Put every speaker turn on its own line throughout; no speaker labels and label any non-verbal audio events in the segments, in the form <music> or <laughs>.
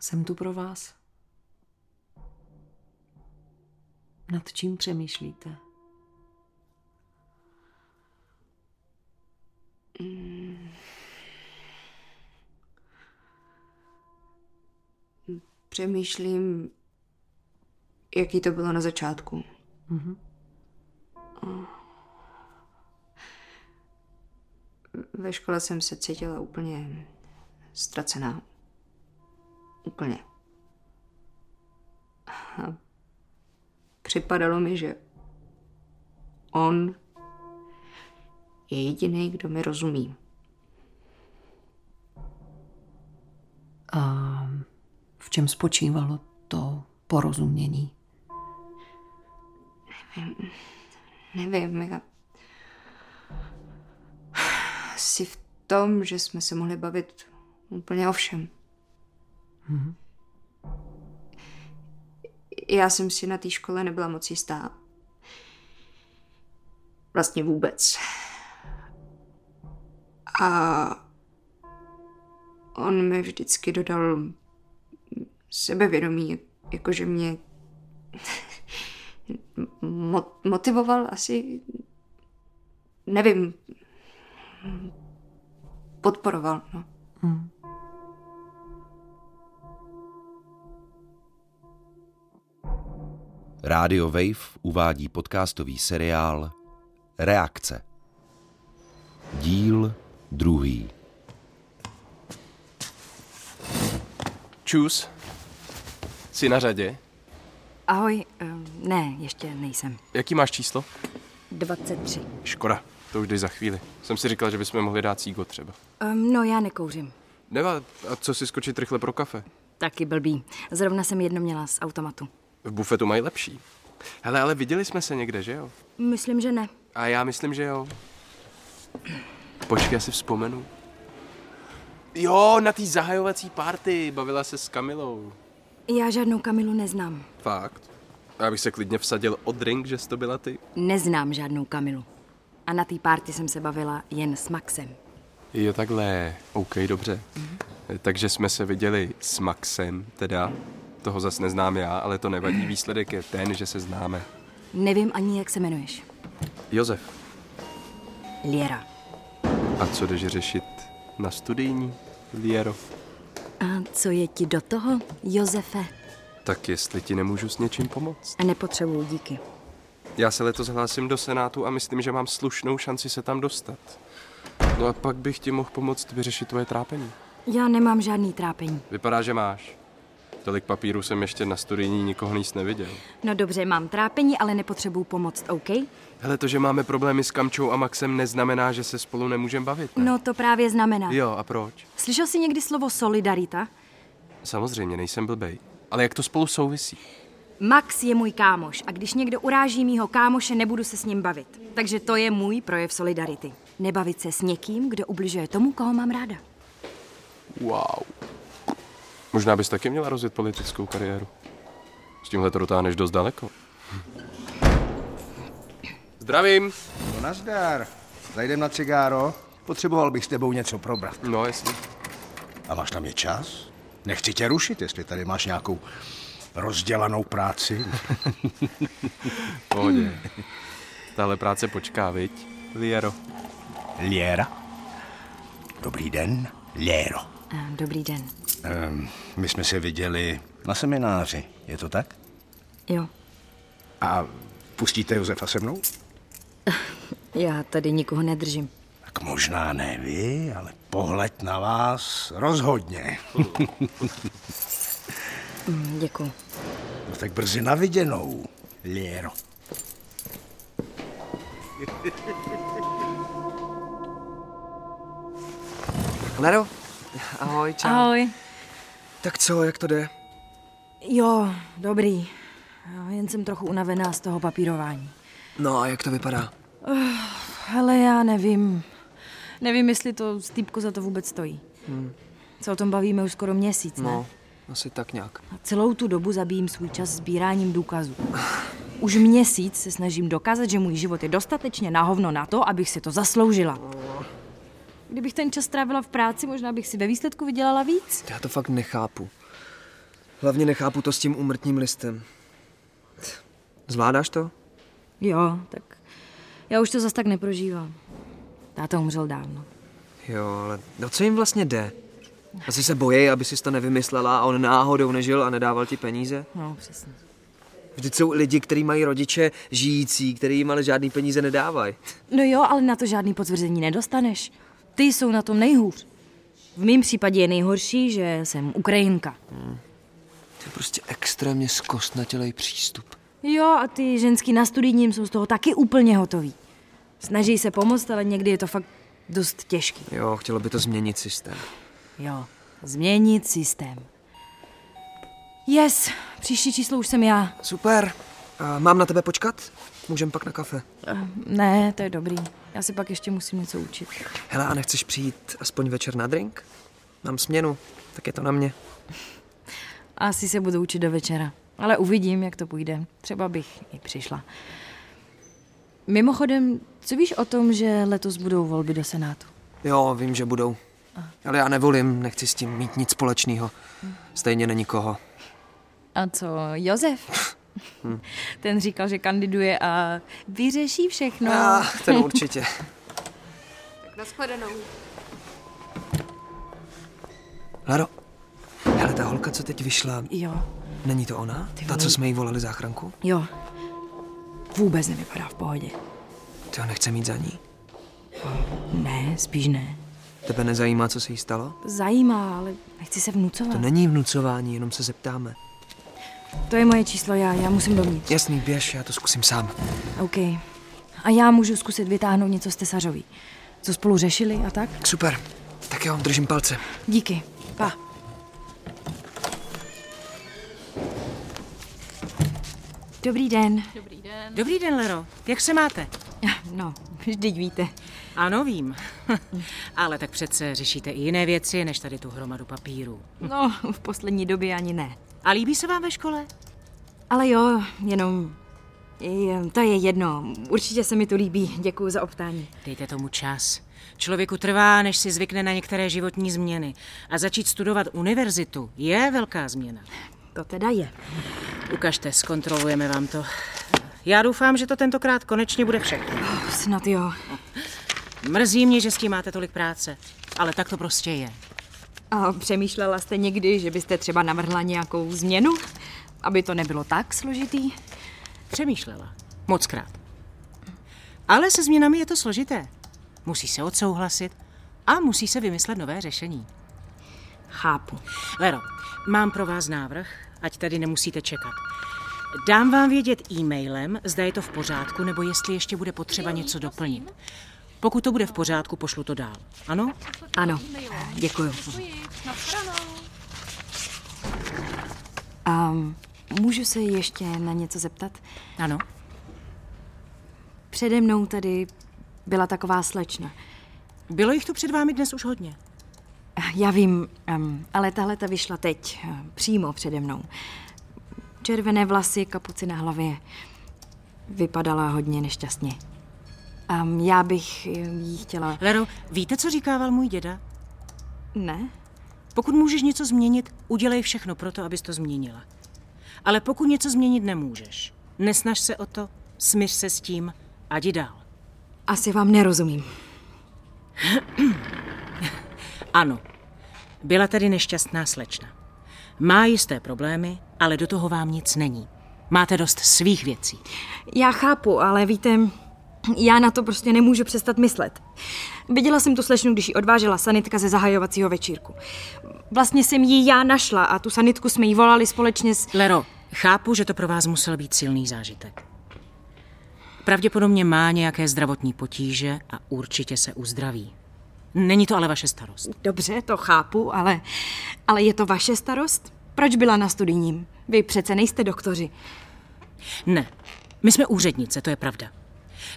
Jsem tu pro vás. Nad čím přemýšlíte?
Přemýšlím, jaký to bylo na začátku.
Mhm.
Ve škole jsem se cítila úplně ztracená. Úplně. A připadalo mi, že on je jediný, kdo mi rozumí.
A v čem spočívalo to porozumění?
Nevím, já... Asi v tom, že jsme se mohli bavit úplně o všem. Já jsem si na té škole nebyla moc jistá. Vlastně vůbec. A on mi vždycky dodal sebevědomí, jakože mě mo- motivoval asi, nevím, podporoval, no.
Hm.
Rádio Wave uvádí podcastový seriál Reakce. Díl druhý.
Čus. Jsi na řadě?
Ahoj, ehm, ne, ještě nejsem.
Jaký máš číslo?
23.
Škoda, to už jdeš za chvíli. Jsem si říkal, že bychom mohli dát cígo třeba.
Um, no já nekouřím.
Neva, a co si skočit rychle pro kafe?
Taky blbý. Zrovna jsem jedno měla z automatu.
V bufetu mají lepší. Hele, ale viděli jsme se někde, že jo?
Myslím, že ne.
A já myslím, že jo. Počkej, já si vzpomenu. Jo, na té zahajovací party bavila se s Kamilou.
Já žádnou Kamilu neznám.
Fakt? Já bych se klidně vsadil o drink, že jsi to byla ty.
Neznám žádnou Kamilu. A na té párty jsem se bavila jen s Maxem.
Jo, takhle. OK, dobře. Takže jsme se viděli s Maxem, teda. Toho zas neznám já, ale to nevadí. Výsledek je ten, že se známe.
Nevím ani, jak se jmenuješ.
Josef,
Liera.
a co jdeš řešit na studijní, Liero?
A co je ti do toho, Josefe?
Tak jestli ti nemůžu s něčím pomoct.
A nepotřebuju díky.
Já se letos hlásím do Senátu a myslím, že mám slušnou šanci se tam dostat. No a pak bych ti mohl pomoct vyřešit tvoje trápení.
Já nemám žádný trápení.
Vypadá, že máš. Tolik papíru jsem ještě na studijní nikoho nic neviděl.
No dobře, mám trápení, ale nepotřebuju pomoc, OK?
Hele, to, že máme problémy s Kamčou a Maxem, neznamená, že se spolu nemůžeme bavit. Ne?
No to právě znamená.
Jo, a proč?
Slyšel jsi někdy slovo solidarita?
Samozřejmě, nejsem blbej. Ale jak to spolu souvisí?
Max je můj kámoš a když někdo uráží mýho kámoše, nebudu se s ním bavit. Takže to je můj projev solidarity. Nebavit se s někým, kdo ubližuje tomu, koho mám ráda.
Wow. Možná bys taky měla rozjet politickou kariéru. S tímhle to dotáhneš dost daleko. Zdravím.
No nazdar. Zajdem na cigáro? Potřeboval bych s tebou něco probrat.
No, jestli.
A máš na mě čas? Nechci tě rušit, jestli tady máš nějakou rozdělanou práci.
V Pohodě. Tahle práce počká, viď? Liero.
Liera? Dobrý den, Liero.
Eh, Dobrý den.
Ehm, my jsme se viděli na semináři, je to tak?
Jo,
A pustíte Josefa se mnou?
já tady nikoho nedržím.
Tak možná ne vy, ale pohled na vás rozhodně.
Mm, děkuju.
No tak brzy na viděnou, Liero.
Lero, ahoj, čau.
Ahoj.
Tak co, jak to jde?
Jo, dobrý. Jo, Jen jsem trochu unavená z toho papírování.
No a jak to vypadá?
Hele, já nevím. Nevím, jestli to stýpko za to vůbec stojí. Co o tom bavíme už skoro měsíc, ne?
No, asi tak nějak.
A celou tu dobu zabijím svůj čas sbíráním důkazů. Už měsíc se snažím dokázat, že můj život je dostatečně na hovno na to, abych si to zasloužila. Kdybych ten čas strávila v práci, možná bych si ve výsledku vydělala víc.
Já to fakt nechápu. Hlavně nechápu to s tím úmrtním listem. Zvládáš to?
Jo, tak já už to zas tak neprožívám. Táta umřel dávno.
Jo, ale no co jim vlastně jde? Asi se bojí, aby si to nevymyslela a on náhodou nežil a nedával ti peníze?
No, přesně.
Vždyť jsou lidi, kteří mají rodiče žijící, který jim ale žádný peníze nedávají.
No jo, ale na to žádný potvrzení nedostaneš. Ty jsou na tom nejhůř. V mém případě je nejhorší, že jsem Ukrajinka.
To je prostě extrémně zkostnatělej přístup.
Jo, a ty ženský na studijním jsou z toho taky úplně hotový. Snaží se pomoct, ale někdy je to fakt dost těžký.
Jo, chtělo by to změnit systém.
Jo, změnit systém. Yes, příští číslo už jsem já.
Super. A mám na tebe počkat? Můžem pak na kafe.
Ne, to je dobrý. Já si pak ještě musím něco učit.
Hele, a nechceš přijít aspoň večer na drink? Mám směnu, tak je to na mě.
Asi se budu učit do večera. Ale uvidím, jak to půjde. Třeba bych i přišla. Mimochodem, co víš o tom, že letos budou volby do Senátu?
Jo, vím, že budou. Ale já nevolím, nechci s tím mít nic společného. Stejně není koho.
A co Josef?
Hm.
<laughs> Ten říkal, že kandiduje a vyřeší všechno.
A, ten určitě.
Naschledanou.
Laro, hele, ta holka, co teď vyšla,
Jo,
není to ona? Ta, co jsme jí volali záchranku?
jo. Vůbec nevypadá v pohodě.
To nechce mít za ní.
Ne, spíš ne.
Tebe nezajímá, co se jí stalo?
Zajímá, ale nechci se vnucovat.
To
To,
není vnucování, jenom se zeptáme.
to je moje číslo, já, já musím dovnitř.
Jasný, běž, já to zkusím sám.
OK. A já můžu zkusit vytáhnout něco z tesařový. Co spolu řešili a tak?
Super. Tak jo, držím palce.
Díky. Pa. Dobrý den.
Dobrý den, Lero. Jak se máte?
No, vždyť víte.
Ano, vím. <laughs> Ale tak přece řešíte i jiné věci, než tady tu hromadu papíru.
No, v poslední době ani ne.
A líbí se vám ve škole?
Ale jo, jenom... je- To je jedno. Určitě se mi to líbí. Děkuji za optání.
Dejte tomu čas. Člověku trvá, než si zvykne na některé životní změny. A začít studovat univerzitu je velká změna.
To teda je.
Ukažte, zkontrolujeme vám to. Já doufám, že to tentokrát konečně bude všechno.
Snad jo.
Mrzí mě, že s tím máte tolik práce, ale tak to prostě je.
A přemýšlela jste někdy, že byste třeba navrhla nějakou změnu? Aby to nebylo tak složitý?
Přemýšlela. Mockrát. Ale se změnami je to složité. Musí se odsouhlasit a musí se vymyslet nové řešení.
Chápu.
Lero, mám pro vás návrh, ať tady nemusíte čekat. Dám vám vědět e-mailem, zda je to v pořádku, nebo jestli ještě bude potřeba něco doplnit. Pokud to bude v pořádku, pošlu to dál. Ano?
Ano, děkuju. A můžu se ještě na něco zeptat?
Ano.
Přede mnou tady byla taková slečna.
Bylo jich tu před vámi dnes už hodně.
Já vím, em, ale tahle ta vyšla teď, em, přímo přede mnou. Červené vlasy, kapuci na hlavě. Vypadala hodně nešťastně. A já bych em, jí chtěla...
Lero, víte, co říkával můj děda?
Ne?
Pokud můžeš něco změnit, udělej všechno pro to, abys to změnila. Ale pokud něco změnit nemůžeš, nesnaž se o to, smíř se s tím a jdi dál.
Asi vám nerozumím.
Ano, byla tady nešťastná slečna. Má jisté problémy, ale do toho vám nic není. Máte dost svých věcí.
Já chápu, ale víte, já na to prostě nemůžu přestat myslet. Viděla jsem tu slečnu, když ji odvážela sanitka ze zahajovacího večírku. Vlastně jsem ji já našla a tu sanitku jsme jí volali společně s...
Lero, chápu, že to pro vás musel být silný zážitek. Pravděpodobně má nějaké zdravotní potíže a určitě se uzdraví. Není to ale vaše starost.
Dobře, to chápu, ale... Ale je to vaše starost? Proč byla na studijním? Vy přece nejste doktoři.
Ne, my jsme úřednice, to je pravda.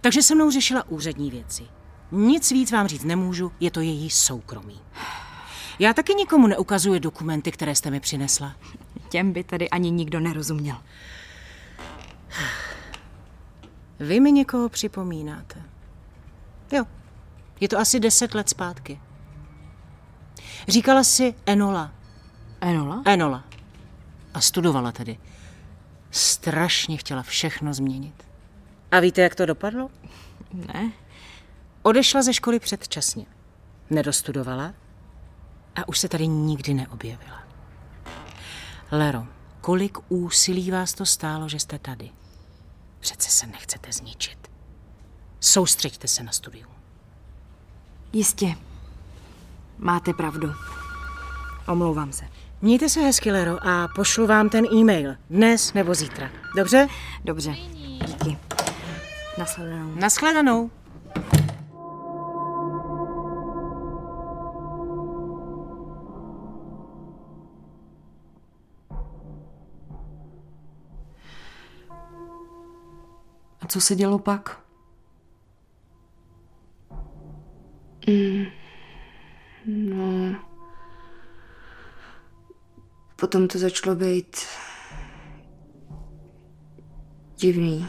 Takže se mnou řešila úřední věci. Nic víc vám říct nemůžu, je to její soukromí. Já taky nikomu neukazuji dokumenty, které jste mi přinesla.
Těm by tady ani nikdo nerozuměl.
Vy mi někoho připomínáte. Jo, je to asi deset let zpátky. Říkala si Enola.
Enola?
Enola. a studovala tedy. Strašně chtěla všechno změnit. A víte, jak to dopadlo?
Ne?
Odešla ze školy předčasně. Nedostudovala a už se tady nikdy neobjevila. Lero, kolik úsilí vás to stálo, že jste tady? Přece se nechcete zničit. Soustřeďte se na studium.
Jistě. Máte pravdu. Omlouvám se.
Mějte se hezky, Lero, a pošlu vám ten e-mail. Dnes nebo zítra. Dobře?
Dobře. Díky. Nasledanou.
Naschledanou.
A co se dělo pak?
Potom to začalo být divný.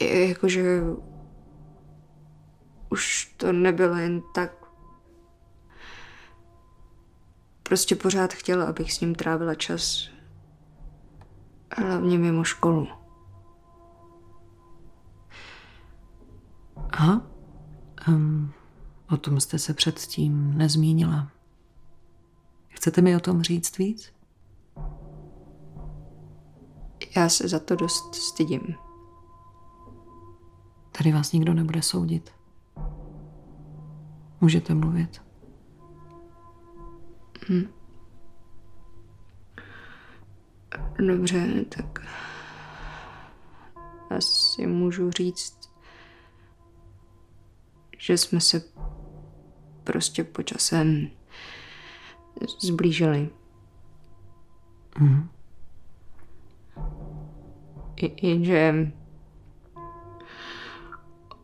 I- Jakože už to nebylo jen tak. Prostě pořád chtěla, abych s ním trávila čas. Hlavně mimo školu.
Aha. Um, o tom jste se předtím nezmínila. Chcete mi o tom říct víc?
Já se za to dost stydím.
Tady vás nikdo nebude soudit. Můžete mluvit.
Dobře, tak asi můžu říct, že jsme se prostě po časem zblížili. I- Jenže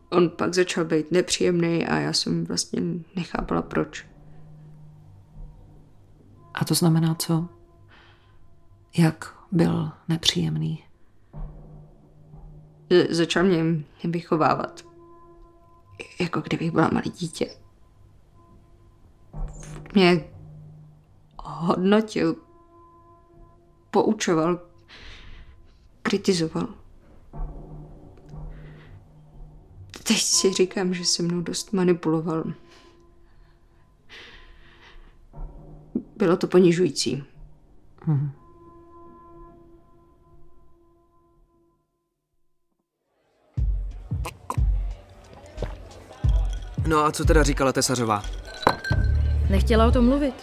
on pak začal být nepříjemný a já jsem vlastně nechápala proč.
A to znamená co? Jak byl nepříjemný?
Z- začal mě vychovávat. Jako kdybych byla malé dítě. Mě hodnotil, poučoval, kritizoval. Teď si říkám, že se mnou dost manipuloval. Bylo to ponižující.
No a co teda říkala Tesařová?
Nechtěla o tom mluvit.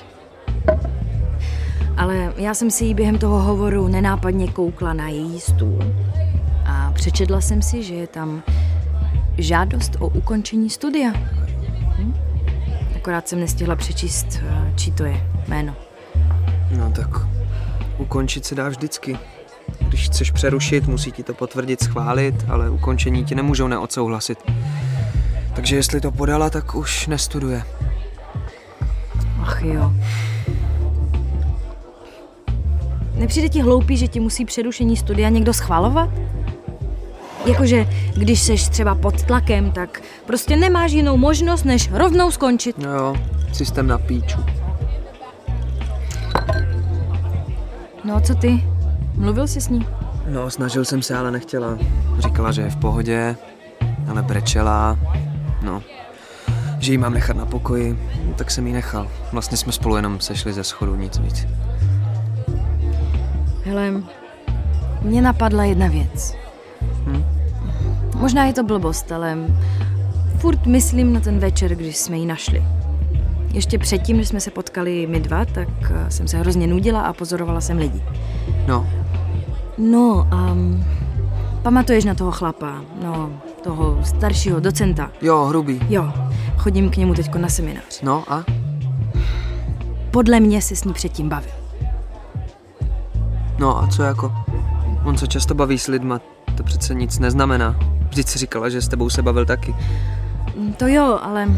Ale já jsem si jí během toho hovoru nenápadně koukla na její stůl a přečetla jsem si, že je tam žádost o ukončení studia. Hm? Akorát jsem nestihla přečíst, eh, čí to je jméno.
No tak ukončit se dá vždycky. Když chceš přerušit, musí ti to potvrdit, schválit, ale ukončení ti nemůžou neodsouhlasit. Takže jestli to podala, tak už nestuduje.
Ach jo. Nepřijde ti hloupý, že ti musí přerušení studia někdo schvalovat? Jakože, když seš třeba pod tlakem, tak prostě nemáš jinou možnost, než rovnou skončit.
No jo, systém na píču.
No a co ty? Mluvil jsi s ní?
No, snažil jsem se, ale nechtěla. Říkala, že je v pohodě, ale brečela. No, že ji mám nechat na pokoji, no, tak jsem ji nechal. Vlastně jsme spolu jenom sešli ze schodu, nic víc.
Hele, mě napadla jedna věc. Hm? Možná je to blbost, ale furt myslím na ten večer, když jsme ji našli. Ještě předtím, než jsme se potkali my dva, tak eh, jsem se hrozně nudila a pozorovala jsem lidi.
No,
No a um, pamatuješ na toho chlapa, no toho staršího docenta.
jo, hrubý.
Jo, chodím k němu teďko na seminář.
No a?
Podle mě se s ní předtím bavil.
No a co jako? On se často baví s lidma, to přece nic neznamená. Vždyť si říkala, že s tebou se bavil taky.
Mm, To jo, ale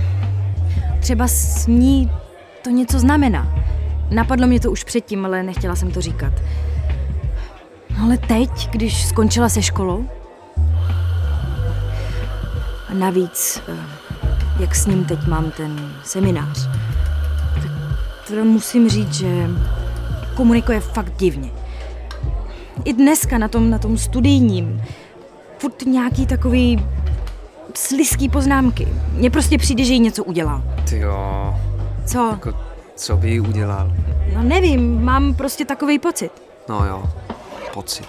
třeba s ní to něco znamená. Napadlo mě to už předtím, ale nechtěla jsem to říkat. No ale teď, když skončila se školou? A navíc, eh, jak s ním teď mám ten seminář, tak teda musím říct, že komunikuje fakt divně. I dneska na tom, na tom studijním, furt nějaký takový sliský poznámky. Mně prostě přijde, že jí něco udělal.
Ty jo,
Co?
jako co by jí udělal?
No nevím, mám prostě takový pocit.
No jo, pocit.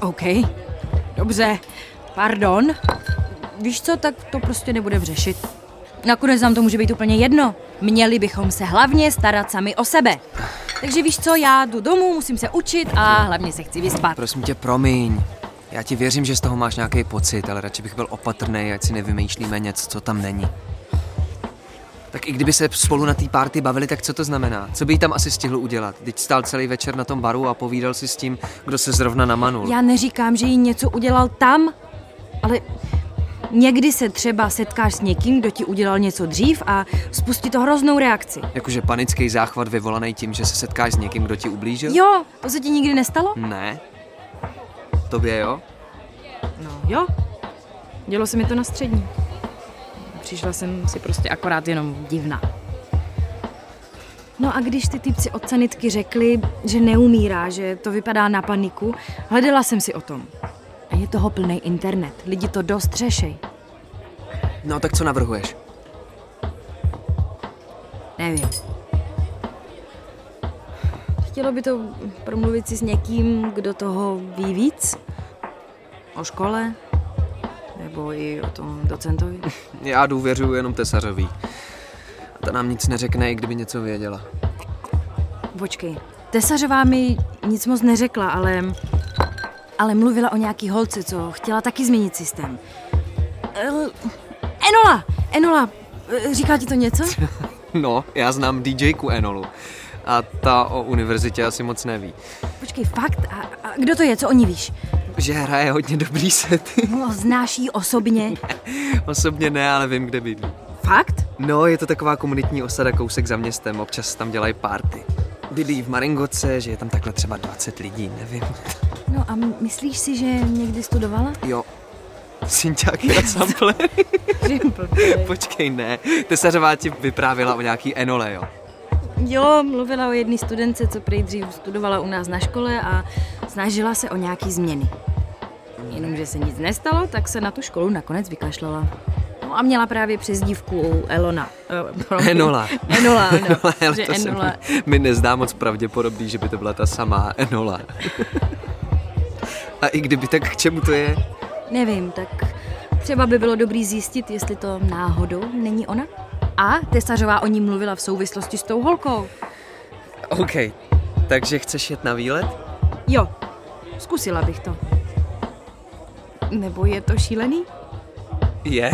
OK, dobře, pardon. Víš co, tak to prostě nebudem řešit. Nakonec nám to může být úplně jedno. Měli bychom se hlavně starat sami o sebe. Takže víš co, já jdu domů, musím se učit a hlavně se chci vyspat.
Prosím tě, promiň. Já ti věřím, že z toho máš nějaký pocit, ale radši bych byl opatrný, ať si nevymýšlíme něco, co tam není. Tak i kdyby se spolu na té party bavili, tak co to znamená? Co by jí tam asi stihl udělat? Teď stál celý večer na tom baru a povídal si s tím, kdo se zrovna namanul.
Já neříkám, že jí něco udělal tam, ale někdy se třeba setkáš s někým, kdo ti udělal něco dřív a spustí to hroznou reakci.
Jakože panický záchvat vyvolaný tím, že se setkáš s někým, kdo ti ublížil?
Jo, to se ti nikdy nestalo?
Ne. Tobě jo?
No jo, dělo se mi to na střední. Přišla jsem si prostě akorát jenom divná. No a když ty typci od sanitky řekli, že neumírá, že to vypadá na paniku, hledala jsem si o tom. A je toho plný internet, lidi to dost řešej.
No tak co navrhuješ?
Nevím. Chtělo by to promluvit si s někým, kdo toho ví víc? O škole? Nebo i o tom docentovi?
Já důvěřuji jenom tesařový. A ta nám nic neřekne, i kdyby něco věděla.
Počkej, tesařová mi nic moc neřekla, ale... Ale mluvila o nějaký holce, co chtěla taky změnit systém. El... Enola! Enola! eh, Říká ti to něco?
No, já znám DJku Enolu. A ta o univerzitě asi moc neví.
Počkej, fakt? A, a kdo to je? Co o ní víš?
Že hraje hodně dobrý sety. <laughs>
No, znáš ji osobně? <laughs>
Osobně ne, ale vím, kde bydlí.
Fakt?
No, je to taková komunitní osada kousek za městem, občas tam dělají party. Bydlí v Maringoce, že je tam takhle třeba 20 lidí, nevím.
No a m- myslíš si, že někdy studovala?
Jo, Synťák je sample.
<laughs>
Počkej, ne. Tesařová ti vyprávěla o nějaký Enole, jo.
Jo, mluvila o jedné studence, co prý dřív studovala u nás na škole a snažila se o nějaký změny. Jenomže se nic nestalo, tak se na tu školu nakonec vykašlala. No a měla právě přezdívku Elona. Eh, promiň.
Enola.
Enola, ano.
Enola, <laughs> ale
že
to se
Enola.
mi, mi nezdá moc pravděpodobný, že by to byla ta samá Enola. <laughs> A i kdyby, tak k čemu to je?
Nevím, tak třeba by bylo dobrý zjistit, jestli to náhodou není ona. A Tesařová o ní mluvila v souvislosti s tou holkou.
OK, takže chceš jet na výlet?
Jo, zkusila bych to. Nebo je to šílený?
Je.